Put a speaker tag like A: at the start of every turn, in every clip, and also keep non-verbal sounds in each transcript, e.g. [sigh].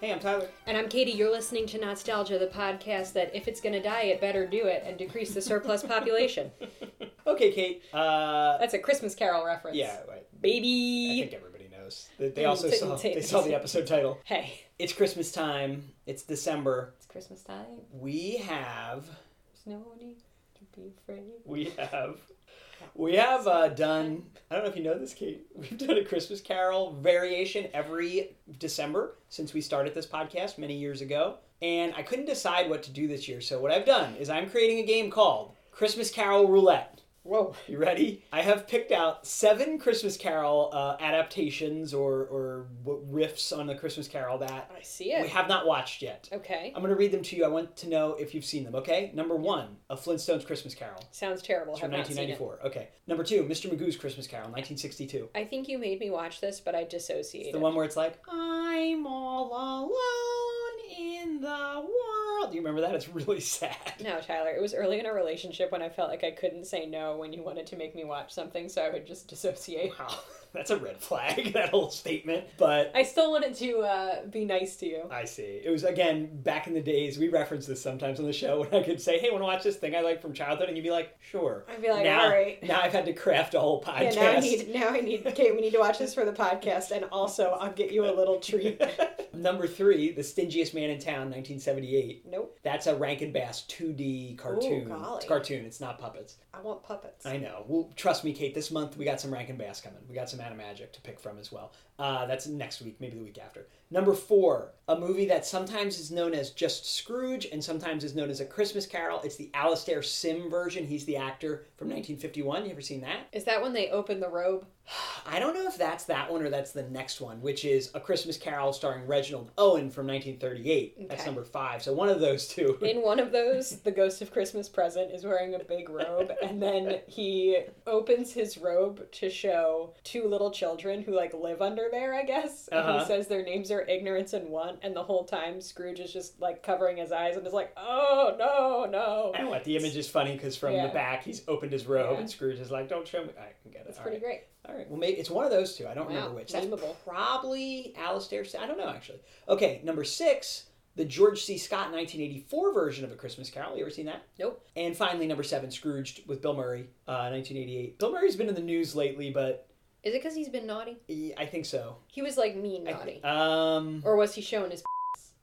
A: Hey, I'm Tyler.
B: And I'm Katie. You're listening to Nostalgia, the podcast that if it's going to die, it better do it and decrease
A: [laughs]
B: the surplus population.
A: Okay, Kate. Uh,
B: That's a Christmas Carol reference.
A: yeah, right. I
B: Baby.
A: think everybody knows. They, they
B: Mm,
A: also
B: tit-
A: saw
B: tit-
A: they saw the episode title.
B: Hey,
A: It's Christmas time. It's December.
B: it's Christmas time.
A: We have
B: There's no need to be afraid.
A: we have we have uh, done. I don't know if you know this, Kate. [laughs] We've done a Christmas Carol variation every December since we started this podcast many years ago, and I couldn't decide what to do this year. So what I've done is I'm creating a game called Christmas Carol Roulette.
B: Whoa.
A: You ready? I have picked out seven Christmas Carol uh, adaptations or, or w- riffs on the Christmas Carol that
B: I see it.
A: we have not watched yet.
B: Okay.
A: I'm going to read them to you. I want to know if you've seen them, okay? Number one, A Flintstones Christmas Carol.
B: Sounds terrible.
A: It's from
B: Have not seen it.
A: 1994. Okay. Number two, Mr. Magoo's Christmas Carol, 1962.
B: I think you made me watch this, but I dissociated.
A: The one where it's like, I'm all alone in the world. Do you remember that? It's really [laughs] sad.
B: No, Tyler, it was early in our relationship when I felt like I couldn't say no when you wanted to make me watch something, so I would just dissociate. [laughs]
A: Wow. That's a red flag, [laughs] that whole statement. But
B: I still wanted to uh, be nice to you.
A: I see. It was again back in the days. We reference this sometimes on the show when I could say, "Hey, want to watch this thing I like from childhood?" and you'd be like, "Sure."
B: I'd be like,
A: now,
B: "All right."
A: Now I've had to craft a whole
B: [laughs] Yeah,
A: podcast.
B: now I need now I need Kate, we need to watch this for the podcast and also I'll get you a
A: [laughs]
B: little treat.
A: Number three, the stingiest man in town, 1978.
B: nope.
A: That's a Rankin Bass 2D cartoon.
B: golly.
A: It's cartoon. It's not puppets.
B: I want puppets.
A: I know. Well, trust me, Kate. This month we got some Rankin Bass coming. We got some Animagic to pick from as well. Uh, that's next week, maybe the week after. Number four, a movie that sometimes is known as just Scrooge and sometimes is known as A Christmas Carol. It's the Alastair Sim version. He's the actor from 1951. You ever seen that?
B: Is that when they open the robe?
A: I don't know if that's that one or that's the next one, which is A Christmas Carol starring Reginald Owen from 1938. That's
B: Okay.
A: number five. So one of those two.
B: [laughs] In one of those, the ghost of Christmas present is wearing a
A: [laughs]
B: big robe and then he opens his robe to show two little children who like live under there, I guess. And
A: Uh-huh.
B: he says their names are ignorance and want and the whole time Scrooge is just like covering his eyes and is like, "Oh, no, no."
A: I know what the image is funny because from
B: Yeah.
A: the back he's opened his robe
B: Yeah.
A: and Scrooge is like, "Don't show me." I can get it.
B: That's
A: All
B: pretty
A: right.
B: great.
A: All right. Well, maybe it's one of those two. I don't
B: Wow,
A: remember which. That's
B: memeable.
A: probably Alistair. I don't know actually. Okay, number six, the George C. Scott 1984 version of A Christmas Carol. You ever seen that?
B: Nope.
A: And finally, number seven, Scrooged with Bill Murray, uh, 1988. Bill Murray's been in the news lately, but
B: Is it cuz he's been naughty?
A: he, I think so.
B: He was like mean
A: I
B: naughty.
A: thi- um.
B: Or was he showing his?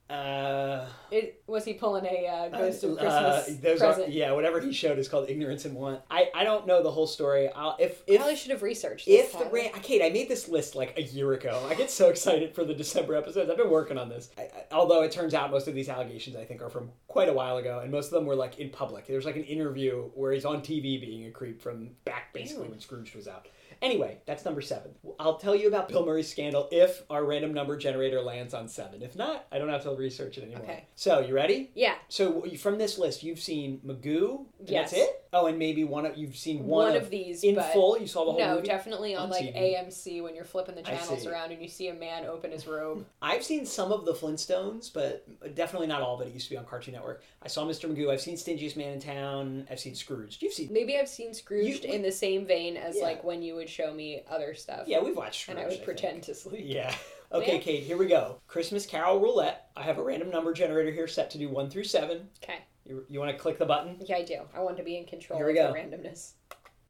A: Uh.
B: It, was he pulling a uh, ghost of
A: uh,
B: Christmas
A: those are-
B: present?
A: yeah, whatever he showed is called ignorance and want. I, I don't know the whole story. I'll, if if
B: Probably should have researched.
A: If
B: This
A: the
B: Tyler.
A: ran, Kate, I made this list like a year ago. I get so excited for the December episodes. I've been working on this. I, I- although it turns out most of these allegations, I think, are from quite a while ago, and most of them were like in public. There's like an interview where he's on TV being a creep from back basically
B: Ew.
A: when Scrooge was out. Anyway, that's number seven. I'll tell you about Bill Murray's scandal if our random number generator lands on seven. If not, I don't have to research it anymore.
B: Okay.
A: So you ready?
B: yeah,
A: So from this list, you've seen Magoo. And
B: Yes.
A: That's it. Oh, and maybe one of you've seen
B: one,
A: one,
B: of, these.
A: in
B: but
A: full. You saw the whole
B: no,
A: movie.
B: definitely on,
A: on
B: like
A: TV.
B: AMC when you're flipping the
A: I
B: channels
A: see.
B: around and you see a man open his robe.
A: I've seen some of the Flintstones, but definitely not all. But it used to be on Cartoon Network. I saw Mr. Magoo. I've seen Stingiest Man in Town. I've seen Scrooge. You've seen?
B: Maybe I've seen Scrooged
A: You-
B: in the same vein as
A: Yeah.
B: like when you would show me other stuff.
A: Yeah, we've watched Scrooge.
B: and I would
A: think.
B: pretend to sleep.
A: Yeah. [laughs] Okay,
B: Yeah.
A: Kate. Here we go. Christmas Carol roulette. I have a random number generator here set to do one through seven.
B: Okay,
A: You, you want to click the button?
B: yeah, I do. I want to be in control
A: Here we go.
B: of the randomness.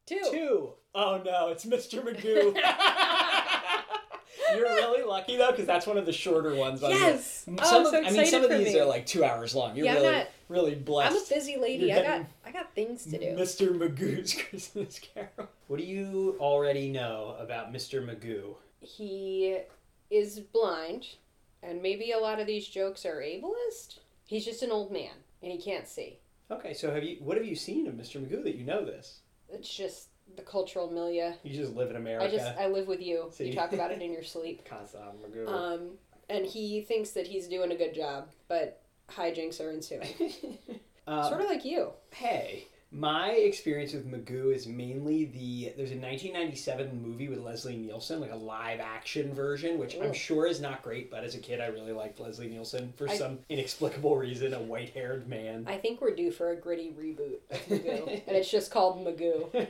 B: Two.
A: [laughs] Two. Oh no, it's Mr.
B: [laughs]
A: Magoo. You're really lucky though, because that's one of the shorter ones. on here.
B: [laughs] Yes.
A: Some
B: Oh, I'm
A: of,
B: so
A: I mean, some
B: excited
A: of
B: for
A: these
B: me.
A: are like two hours long. You're
B: Yeah, I'm
A: really,
B: not-
A: really blessed.
B: I'm a busy lady.
A: You're
B: I got
A: getting-
B: I got things to do.
A: Mr. Magoo's [laughs] Christmas Carol. What do you already know about Mr. Magoo?
B: he is blind, and maybe a lot of these jokes are ableist. He's just an old man, and he can't see.
A: Okay, so have you what have you seen of Mr. Magoo that you know this?
B: It's just the cultural milieu.
A: You just live in America.
B: I just I live with you.
A: So
B: you
A: you-
B: talk about it in your sleep.
A: Constant on Magoo.
B: Um, and he thinks that he's doing a good job, but hijinks are ensuing.
A: Um,
B: sort of like you.
A: hey, My experience with Magoo is mainly the there's a 1997 movie with Leslie Nielsen, like a live action version, which I'm
B: Ooh.
A: sure is not great. But as a kid, I really liked Leslie Nielsen for
B: I-
A: some inexplicable reason, a white haired man.
B: I think we're due for a gritty reboot of Magoo, and it's just called Magoo.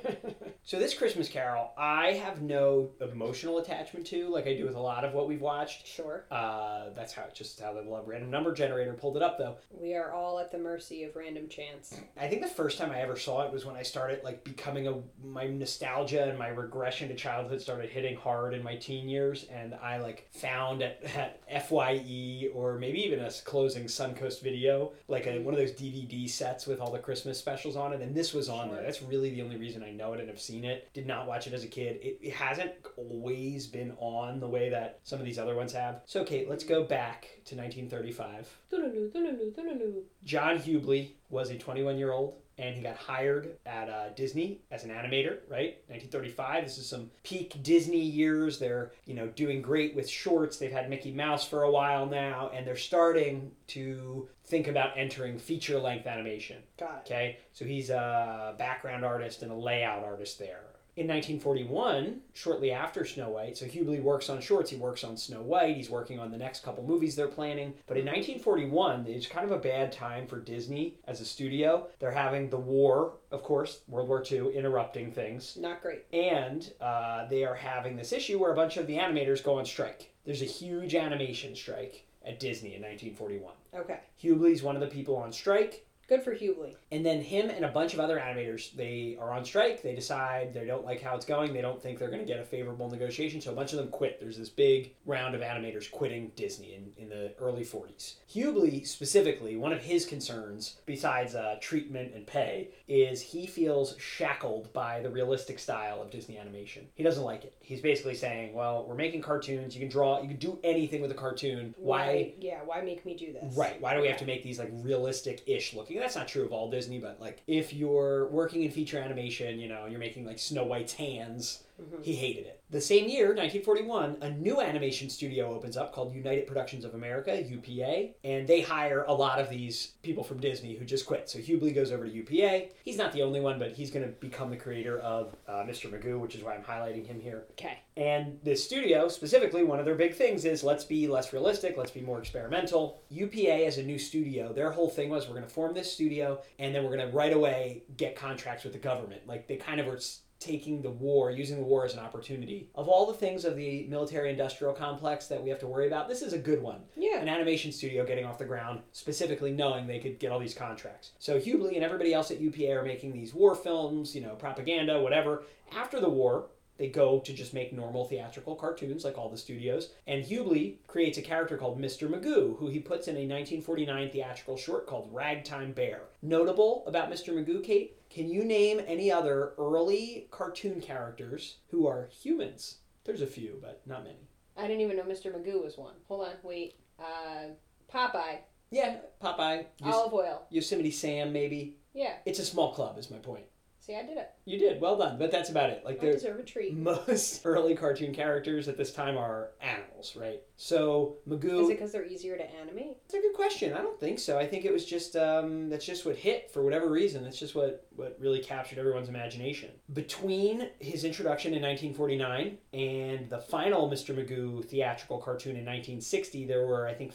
A: so this Christmas Carol, I have no emotional attachment to, like I do with a lot of what we've watched.
B: Sure.
A: Uh, that's how just how the love random number generator pulled it up though.
B: We are all at the mercy of random chance.
A: I think the first time I ever saw it was when I started like becoming a my nostalgia and my regression to childhood started hitting hard in my teen years, and I like found at, at Fye or maybe even a s- closing Suncoast video like a, one of those DVD sets with all the Christmas specials on it, and this was on there.
B: Sure.
A: That's really the only reason I know it and have seen it. Did not watch it as a kid. It, it hasn't always been on the way that some of these other ones have. So Kate, let's go back to 1935.
B: Doo-doo-doo, doo-doo-doo, doo-doo-doo.
A: John Hubley was a 21 year old and he got hired at uh, Disney as an animator, right? 1935. This is some peak Disney years. They're, you know, doing great with shorts. They've had Mickey Mouse for a while now and they're starting to think about entering feature length animation.
B: Got it.
A: Okay, so he's a background artist and a layout artist there. In 1941, shortly after Snow White, so Hubley works on shorts, he works on Snow White, he's working on the next couple movies they're planning. But in 1941, it's kind of a bad time for Disney as a studio. They're having the war, of course, World War II, interrupting things.
B: Not great.
A: And uh, they are having this issue where a bunch of the animators go on strike. There's a huge animation strike at Disney in 1941.
B: Okay.
A: Hubley's one of the people on strike.
B: Good for Hubley.
A: And then him and a bunch of other animators, they are on strike. They decide they don't like how it's going. They don't think they're going to get a favorable negotiation. So a bunch of them quit. There's this big round of animators quitting Disney in, in the early 40s. Hubley, specifically, one of his concerns, besides uh, treatment and pay, is he feels shackled by the realistic style of Disney animation. He doesn't like it. He's basically saying, well, we're making cartoons. You can draw, you can do anything with a cartoon. Why
B: Yeah, why make me do this?
A: Right. Why do we have to make these like realistic ish looking? That's not true of all Disney, but like if you're working in feature animation, you know, and you're making like Snow White's hands,
B: Mhm.
A: he hated it. The same year, 1941, a new animation studio opens up called United Productions of America, UPA, and they hire a lot of these people from Disney who just quit. So Hubley goes over to UPA. He's not the only one, but he's going to become the creator of uh, Mr. Magoo, which is why I'm highlighting him here.
B: Okay.
A: And the studio, specifically, one of their big things is let's be less realistic, let's be more experimental. UPA, as a new studio, their whole thing was we're going to form this studio and then we're going to right away get contracts with the government. Like they kind of were s- taking the war, using the war as an opportunity. Of all the things of the military industrial complex that we have to worry about, this is a good one
B: Yeah.
A: an animation studio getting off the ground, specifically knowing they could get all these contracts. So Hubley and everybody else at UPA are making these war films, you know, propaganda, whatever. After the war, they go to just make normal theatrical cartoons like all the studios. And Hubley creates a character called Mr. Magoo, who he puts in a 1949 theatrical short called Ragtime Bear. Notable about Mr. Magoo, Kate, can you name any other early cartoon characters who are humans? There's a few, but not many.
B: I didn't even know Mr. Magoo was one. Hold on, wait. Uh, Popeye,
A: Yeah, Popeye. Yos-
B: olive oil.
A: Yosemite Sam, maybe.
B: Yeah.
A: It's a small club, is my point.
B: See, I did it.
A: You did well done, but that's about it. Like
B: I
A: there's
B: deserve a
A: [laughs]
B: treat.
A: most early cartoon characters at this time are animals, right? So Magoo.
B: Is it because they're easier to animate?
A: That's a good question. I don't think so. I think it was just um, that's just what hit for whatever reason. That's just what what really captured everyone's imagination. Between his introduction in 1949 and the final Mr. Magoo theatrical cartoon in 1960, there were I think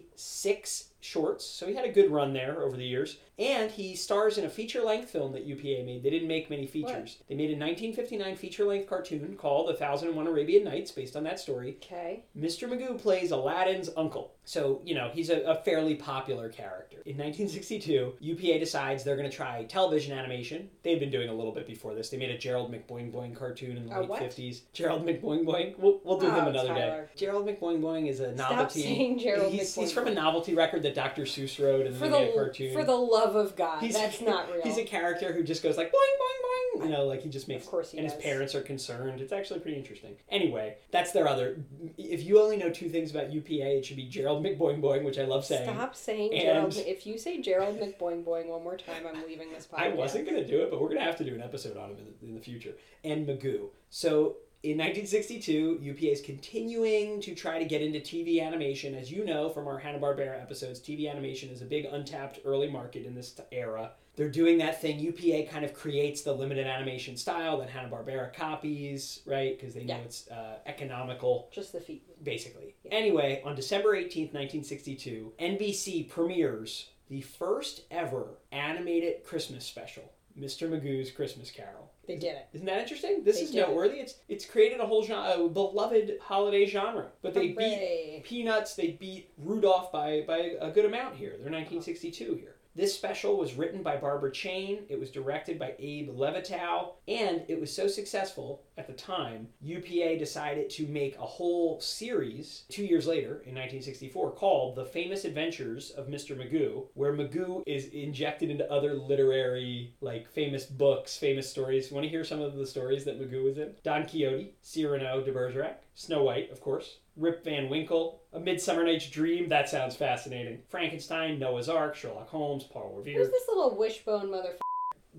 A: 56 shorts. So he had a good run there over the years. And he stars in a feature length film that UPA made. They didn't make many features. They made a 1959 feature length cartoon called A Thousand and One Arabian Nights, based on that story.
B: Okay.
A: Mr. Magoo plays Aladdin's uncle. So, you know, he's a, a fairly popular character. In 1962, UPA decides they're going to try television animation. They'd been doing a little bit before this. They made a Gerald McBoing Boing cartoon in the
B: A
A: late
B: what?
A: 50s. Gerald McBoing Boing. We'll, we'll do him
B: Oh,
A: another
B: Tyler.
A: day. Gerald McBoing Boing is a
B: Stop
A: novelty.
B: saying Gerald
A: he's,
B: McBoing.
A: he's from a novelty record that Dr. Seuss wrote and
B: for
A: then they made a
B: the
A: cartoon.
B: for the love of God,
A: He's-
B: that's not real.
A: [laughs] He's a character who just goes like boing boing boing. You know, like he just makes.
B: Of course he
A: and his
B: does.
A: parents are concerned. It's actually pretty interesting. Anyway, that's their other. If you only know two things about UPA, it should be Gerald McBoing Boing, which I love saying.
B: Stop saying
A: And-
B: Gerald. If you say Gerald McBoing Boing one more time, I'm leaving this podcast.
A: I wasn't gonna do it, but we're gonna have to do an episode on him in the, in the future. And Magoo. So In 1962, UPA is continuing to try to get into TV animation. As you know from our Hanna-Barbera episodes, TV animation is a big untapped early market in this t- era. They're doing that thing. UPA kind of creates the limited animation style that Hanna-Barbera copies, right? Because they know
B: Yeah.
A: it's uh, economical
B: Just the feet.
A: basically.
B: Yeah.
A: Anyway, on December 18th, 1962, NBC premieres the first ever animated Christmas special, Mr. Magoo's Christmas Carol.
B: They did it.
A: Isn't that interesting? This
B: They
A: is
B: did.
A: noteworthy. It's it's created a whole genre, a beloved holiday genre. But they
B: Hooray.
A: beat Peanuts, they beat Rudolph by by a good amount here. They're 1962 here. This special was written by Barbara Chain. It was directed by Abe Levitow, and it was so successful at the time, UPA decided to make a whole series two years later in 1964 called "The Famous Adventures of Mr. Magoo," where Magoo is injected into other literary, like famous books, famous stories. Want to hear some of the stories that Magoo was in? Don Quixote, Cyrano de Bergerac, Snow White, of course, Rip Van Winkle, A Midsummer Night's Dream. That sounds fascinating. Frankenstein, Noah's Ark, Sherlock Holmes, Paul Revere,
B: Who's this little wishbone motherfucker?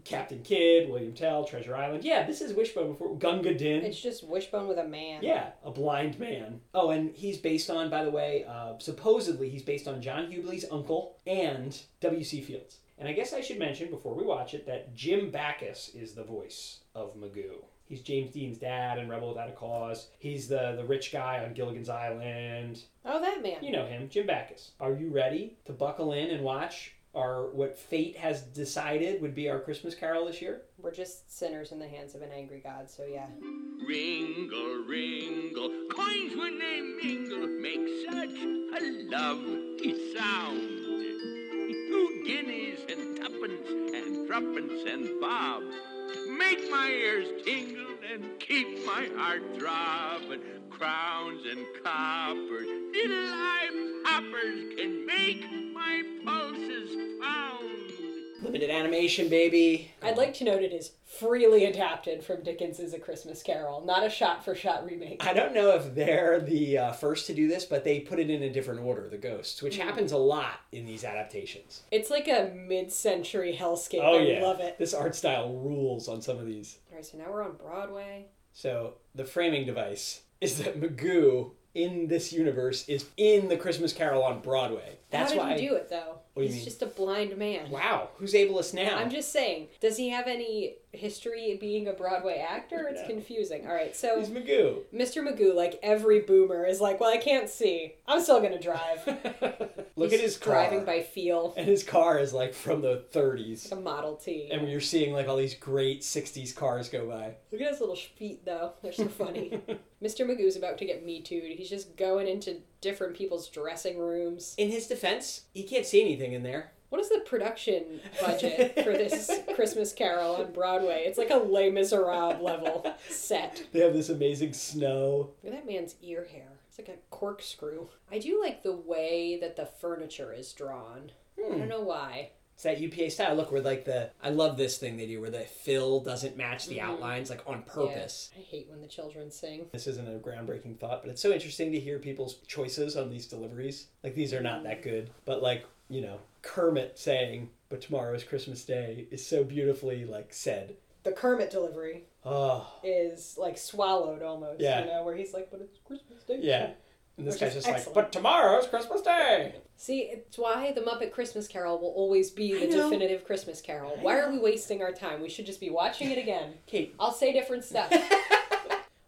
A: Captain Kidd, William Tell, Treasure Island. Yeah, this is Wishbone before Gunga Din.
B: It's just wishbone with a man.
A: Yeah, a blind man. Oh, and he's based on, by the way, uh, supposedly he's based on John Hubley's uncle and W.C. Fields. And I guess I should mention before we watch it that Jim Backus is the voice of Magoo. He's James Dean's dad in Rebel Without a Cause. He's the, the rich guy on Gilligan's Island.
B: Oh, that man.
A: You know him, Jim Backus. Are you ready to buckle in and watch our what fate has decided would be our Christmas Carol this year?
B: We're just sinners in the hands of an angry God, so yeah.
A: Mm-hmm.
C: Ringle, ringle, coins when they mingle make such a lovely sound. Two guineas and tuppence and threepence and bob make my ears tingle and keep my heart throbbing. Crowns and coppers, little eye poppers can make my pulses pound.
A: Limited animation, baby.
B: I'd like to note it is freely adapted from Dickens's A Christmas Carol, not a shot for shot remake.
A: I don't know if they're the uh, first to do this, but they put it in a different order, the ghosts, which
B: Hmm.
A: happens a lot in these adaptations.
B: It's like a mid century hellscape.
A: Oh,
B: I
A: yeah.
B: love it.
A: This art style rules on some of these.
B: All right, so now we're on Broadway.
A: So, the framing device is that Magoo in this universe is in the Christmas Carol on Broadway. That's
B: How did
A: why.
B: he do it, though?
A: What do you
B: He's
A: mean?
B: just a blind man.
A: Wow, who's ableist now?
B: I'm just saying, does he have any history being a Broadway actor? It's
A: No.
B: confusing. All right, so
A: He's Magoo.
B: [laughs] Mr. Magoo, like every boomer, is like, well, I can't see. I'm still going
A: [laughs]
B: to drive.
A: Look
B: He's
A: at his car.
B: driving by feel.
A: and his car is like from the 30s.
B: It's a Model T.
A: And you're seeing like all these great 60s cars go by.
B: Look at his little feet, though. They're
A: [laughs]
B: so funny. Mr. Magoo's about to get me too. He's just going into different people's dressing rooms.
A: In his defense, he can't see anything in there.
B: What is the production budget
A: [laughs]
B: for this Christmas Carol on Broadway? It's like a Les Miserables level set.
A: They have this amazing snow.
B: Look at that man's ear hair. It's like a corkscrew. I do like the way that the furniture is drawn. I
A: Hmm.
B: don't know why.
A: It's that UPA style look where like the I love this thing they do where the fill doesn't match the outlines like on purpose.
B: I hate when the children sing.
A: This isn't a groundbreaking thought, but it's so interesting to hear people's choices on these deliveries. Like these are not that good, but like, you know, Kermit saying, "But tomorrow is Christmas Day" is so beautifully like said.
B: The Kermit delivery
A: Oh,
B: is like swallowed almost,
A: Yeah.
B: you know, where he's like, but it's Christmas Day.
A: yeah. And this
B: Which
A: guy's
B: is
A: just
B: excellent.
A: like, "But tomorrow is Christmas Day."
B: See, it's why the Muppet Christmas Carol will always be the
A: I know.
B: definitive Christmas Carol. Why are we wasting our time? We should just be watching it again.
A: Kate, [laughs]
B: I'll say different stuff.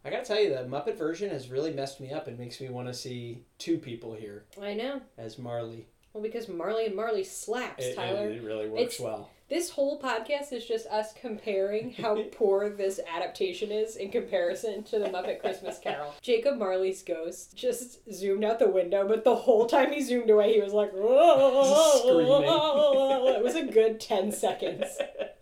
A: I got to tell you the Muppet version has really messed me up and makes me want to see two people here
B: I know.
A: as Marley.
B: Well, because Marley and Marley slaps,
A: It,
B: Tyler.
A: it really works
B: It's-
A: well.
B: This whole podcast is just us comparing
A: [laughs]
B: how poor this adaptation is in comparison to the Muppet Christmas Carol. Jacob Marley's ghost just zoomed out the window, but the whole time he zoomed away, he was like,
A: Screaming.
B: [laughs] It was a good
A: [laughs]
B: 10 seconds.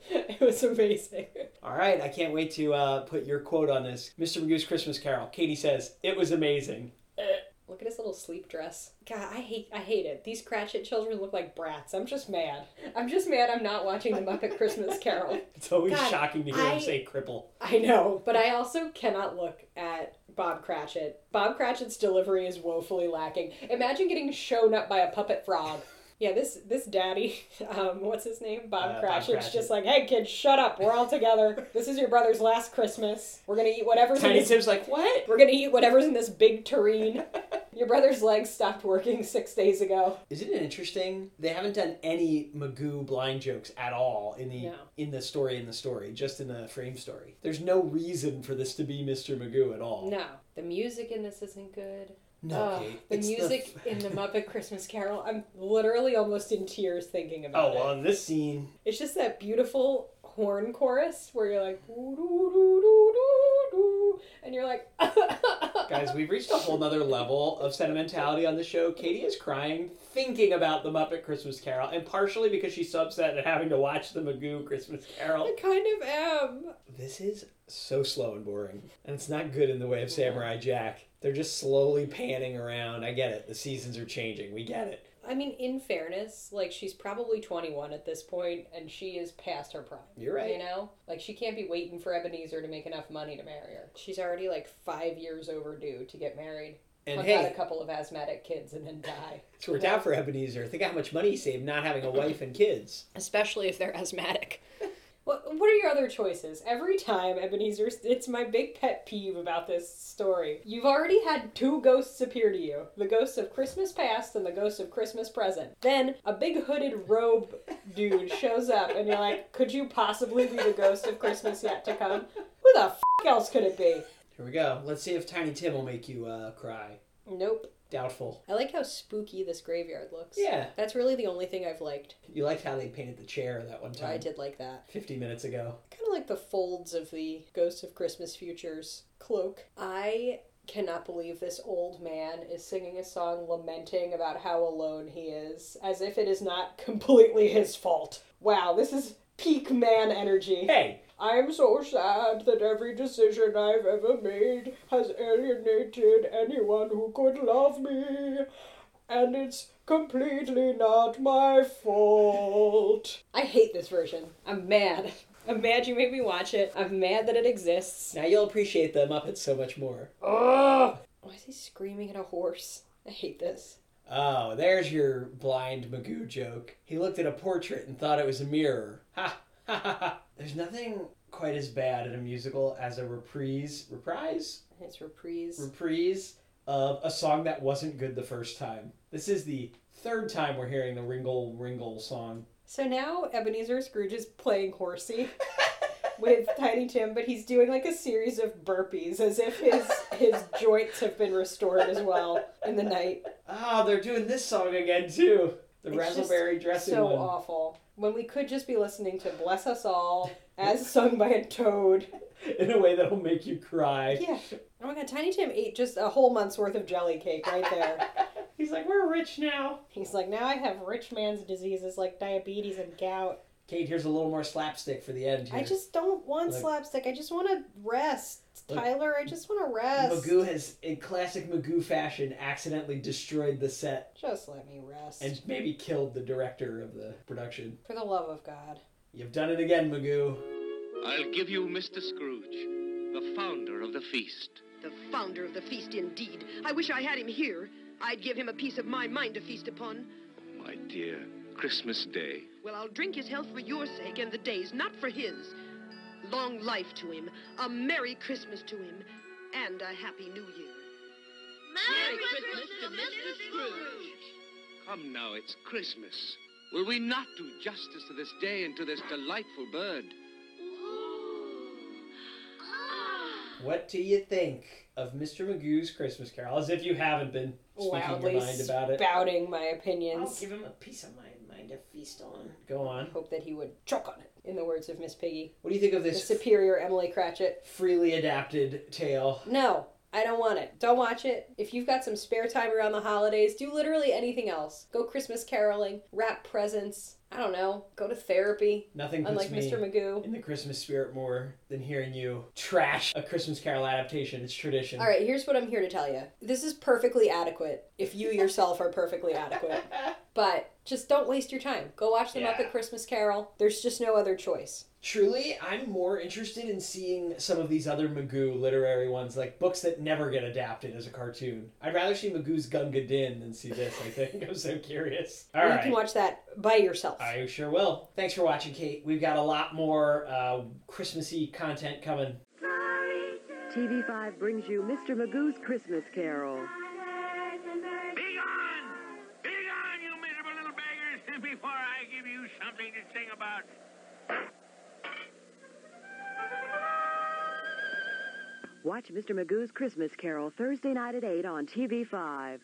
B: It was amazing.
A: All right, I can't wait to uh, put your quote on this. Mr. Magoo's Christmas Carol. Katie says, It was amazing. [laughs]
B: Look at his little sleep dress. God, I hate I hate it. These Cratchit children look like brats. I'm just mad. I'm just mad I'm not watching the
A: [laughs]
B: Muppet Christmas Carol.
A: It's always
B: God,
A: shocking to hear
B: I-
A: him say cripple.
B: I know, but I also cannot look at Bob Cratchit. Bob Cratchit's delivery is woefully lacking. Imagine getting shown up by a puppet frog. Yeah, this this daddy, [laughs] um, what's his name, Bob
A: Uh, Bob
B: Cratchit's
A: Cratchit.
B: just like, hey kid, shut up. We're all together. this is your brother's last Christmas. We're gonna eat whatever's in
A: Tiny
B: this.
A: Tim's like, what?
B: We're gonna eat whatever's in this big [laughs] tureen. your brother's legs stopped working six days ago.
A: Isn't it interesting? They haven't done any Magoo blind jokes at all in the
B: No.
A: in the story in the story, just in the frame story. There's no reason for this to be Mr. Magoo at all.
B: No, the music in this isn't good.
A: No,
B: Ugh,
A: Kate,
B: the
A: it's
B: music in the Muppet Christmas Carol. I'm literally almost in tears thinking about
A: [laughs] Oh well,
B: it.
A: in this scene,
B: It's just that beautiful horn chorus where you're like, "Doo, doo, doo, doo, doo, doo," and you're like, [laughs]
A: guys, we've reached a whole nother level of sentimentality on the show. Katie is crying thinking about the Muppet Christmas Carol, and partially because she's so upset at having to watch the Magoo Christmas Carol.
B: I kind of am.
A: This is so slow and boring. And it's not good in the way of Samurai Jack. They're just slowly panning around. I get it. The seasons are changing. We get it.
B: I mean, in fairness, like she's probably 21 at this point, and she is past her prime.
A: You're right.
B: You know, like she can't be waiting for Ebenezer to make enough money to marry her. She's already like five years overdue to get married.
A: And
B: I've got
A: hey,
B: a couple of asthmatic kids and then die.
A: it's worked out for Ebenezer. Think how much money he saved not having a wife and kids.
B: especially if they're asthmatic. [laughs] What, what are your other choices? Every time Ebenezer, it's my big pet peeve about this story. You've already had two ghosts appear to you the ghosts of Christmas past and the ghosts of Christmas present. Then a big hooded robe dude [laughs] shows up, and you're like, could you possibly be the ghost of Christmas yet to come? Who the f else could it be?
A: Here we go. Let's see if Tiny Tim will make you uh, cry.
B: Nope.
A: Doubtful.
B: I like how spooky this graveyard looks.
A: Yeah.
B: That's really the only thing I've liked.
A: You liked how they painted the chair that one
B: I
A: time.
B: did like that.
A: 50 minutes ago.
B: kind of like the folds of the Ghost of Christmas Futures cloak. I cannot believe this old man is singing a song lamenting about how alone he is, as if it is not [laughs] completely his fault. Wow, this is peak man energy.
A: Hey,
B: I'm so sad that every decision I've ever made has alienated anyone who could love me. And it's completely not my fault. I hate this version. I'm mad. [laughs] I'm mad you made me watch it. I'm mad that it exists.
A: now you'll appreciate the Muppets so much more.
B: Ugh. Why is he screaming at a horse? I hate this.
A: Oh, there's your blind Magoo joke. He looked at a portrait and thought it was a mirror. Ha! Ha ha ha! There's nothing quite as bad in a musical as a reprise, reprise,
B: It's
A: Mm.
B: reprise.
A: reprise of a song that wasn't good the first time. This is the third time we're hearing the Ringle Ringle song.
B: So now Ebenezer Scrooge is playing horsey [laughs] with Tiny Tim, but he's doing like a series of burpees as
A: [laughs]
B: if his his joints have been restored as well in the night.
A: Ah, they're doing this song again too. The
B: It's just
A: razzleberry dressing
B: so
A: one.
B: awful. When we could just be listening to Bless Us All as sung by a toad.
A: in a way that'll make you cry.
B: Yeah. Oh my god, Tiny Tim ate just a whole month's worth of jelly cake right
A: [laughs]
B: there.
A: He's like, we're rich now.
B: He's like, now I have rich man's diseases like diabetes and gout.
A: Kate, here's a little more slapstick for the end here.
B: I just don't want
A: Like-
B: slapstick. I just want to rest.
A: Like-
B: Tyler, I just want to rest.
A: Magoo has, in classic Magoo fashion, accidentally destroyed the set
B: Just let me rest.
A: and maybe killed the director of the production.
B: For the love of God.
A: You've done it again, Magoo.
C: I'll give you Mr. Scrooge, the founder of the feast.
D: The founder of the feast, indeed. I wish I had him here. I'd give him a piece of my mind to feast upon.
C: My dear, Christmas Day.
D: Well, I'll drink his health for your sake and the day's, not for his. Long life to him, a Merry Christmas to him, and a Happy New Year.
E: Merry Christmas to Mr. Scrooge.
C: Come now, it's Christmas. Will we not do justice to this day and to this delightful bird?
A: What do you think of Mr. Magoo's Christmas Carol? As if you haven't been speaking
B: Loudly
A: your mind about it.
B: spouting my
A: I'll
B: opinions.
A: give him a piece of my mind to feast on. Go on.
B: Hope that he would choke on it, in the words of Miss Piggy.
A: What do you think of
B: The
A: this
B: superior Emily Cratchit.
A: freely adapted tale?
B: No, I don't want it. Don't watch it. If you've got some spare time around the holidays, do literally anything else. Go Christmas caroling, wrap presents. I don't know. Go to therapy.
A: Nothing puts
B: Unlike
A: me
B: Mr. Magoo.
A: in the Christmas spirit more than hearing you trash a Christmas Carol adaptation. It's tradition.
B: All right, here's what I'm here to tell you. This is perfectly adequate if you yourself are
A: [laughs]
B: perfectly adequate. But just don't waste your time. Go watch the
A: Yeah.
B: Muppet Christmas Carol. There's just no other choice.
A: Truly, I'm more interested in seeing some of these other Magoo literary ones, like books that never get adapted as a cartoon. I'd rather see Magoo's Gunga Din than see this, I think. [laughs] I'm so curious. All
B: you
A: right.
B: can watch that by yourself.
A: I sure will. Thanks for watching, Kate. We've got a lot more uh, Christmassy content coming.
F: TV5 brings you Mr. Magoo's Christmas Carol.
C: Begone! Begone, you miserable little beggars, [laughs] before I give you something to sing about.
F: Watch Mr. Magoo's Christmas Carol Thursday night at 8 on TV5.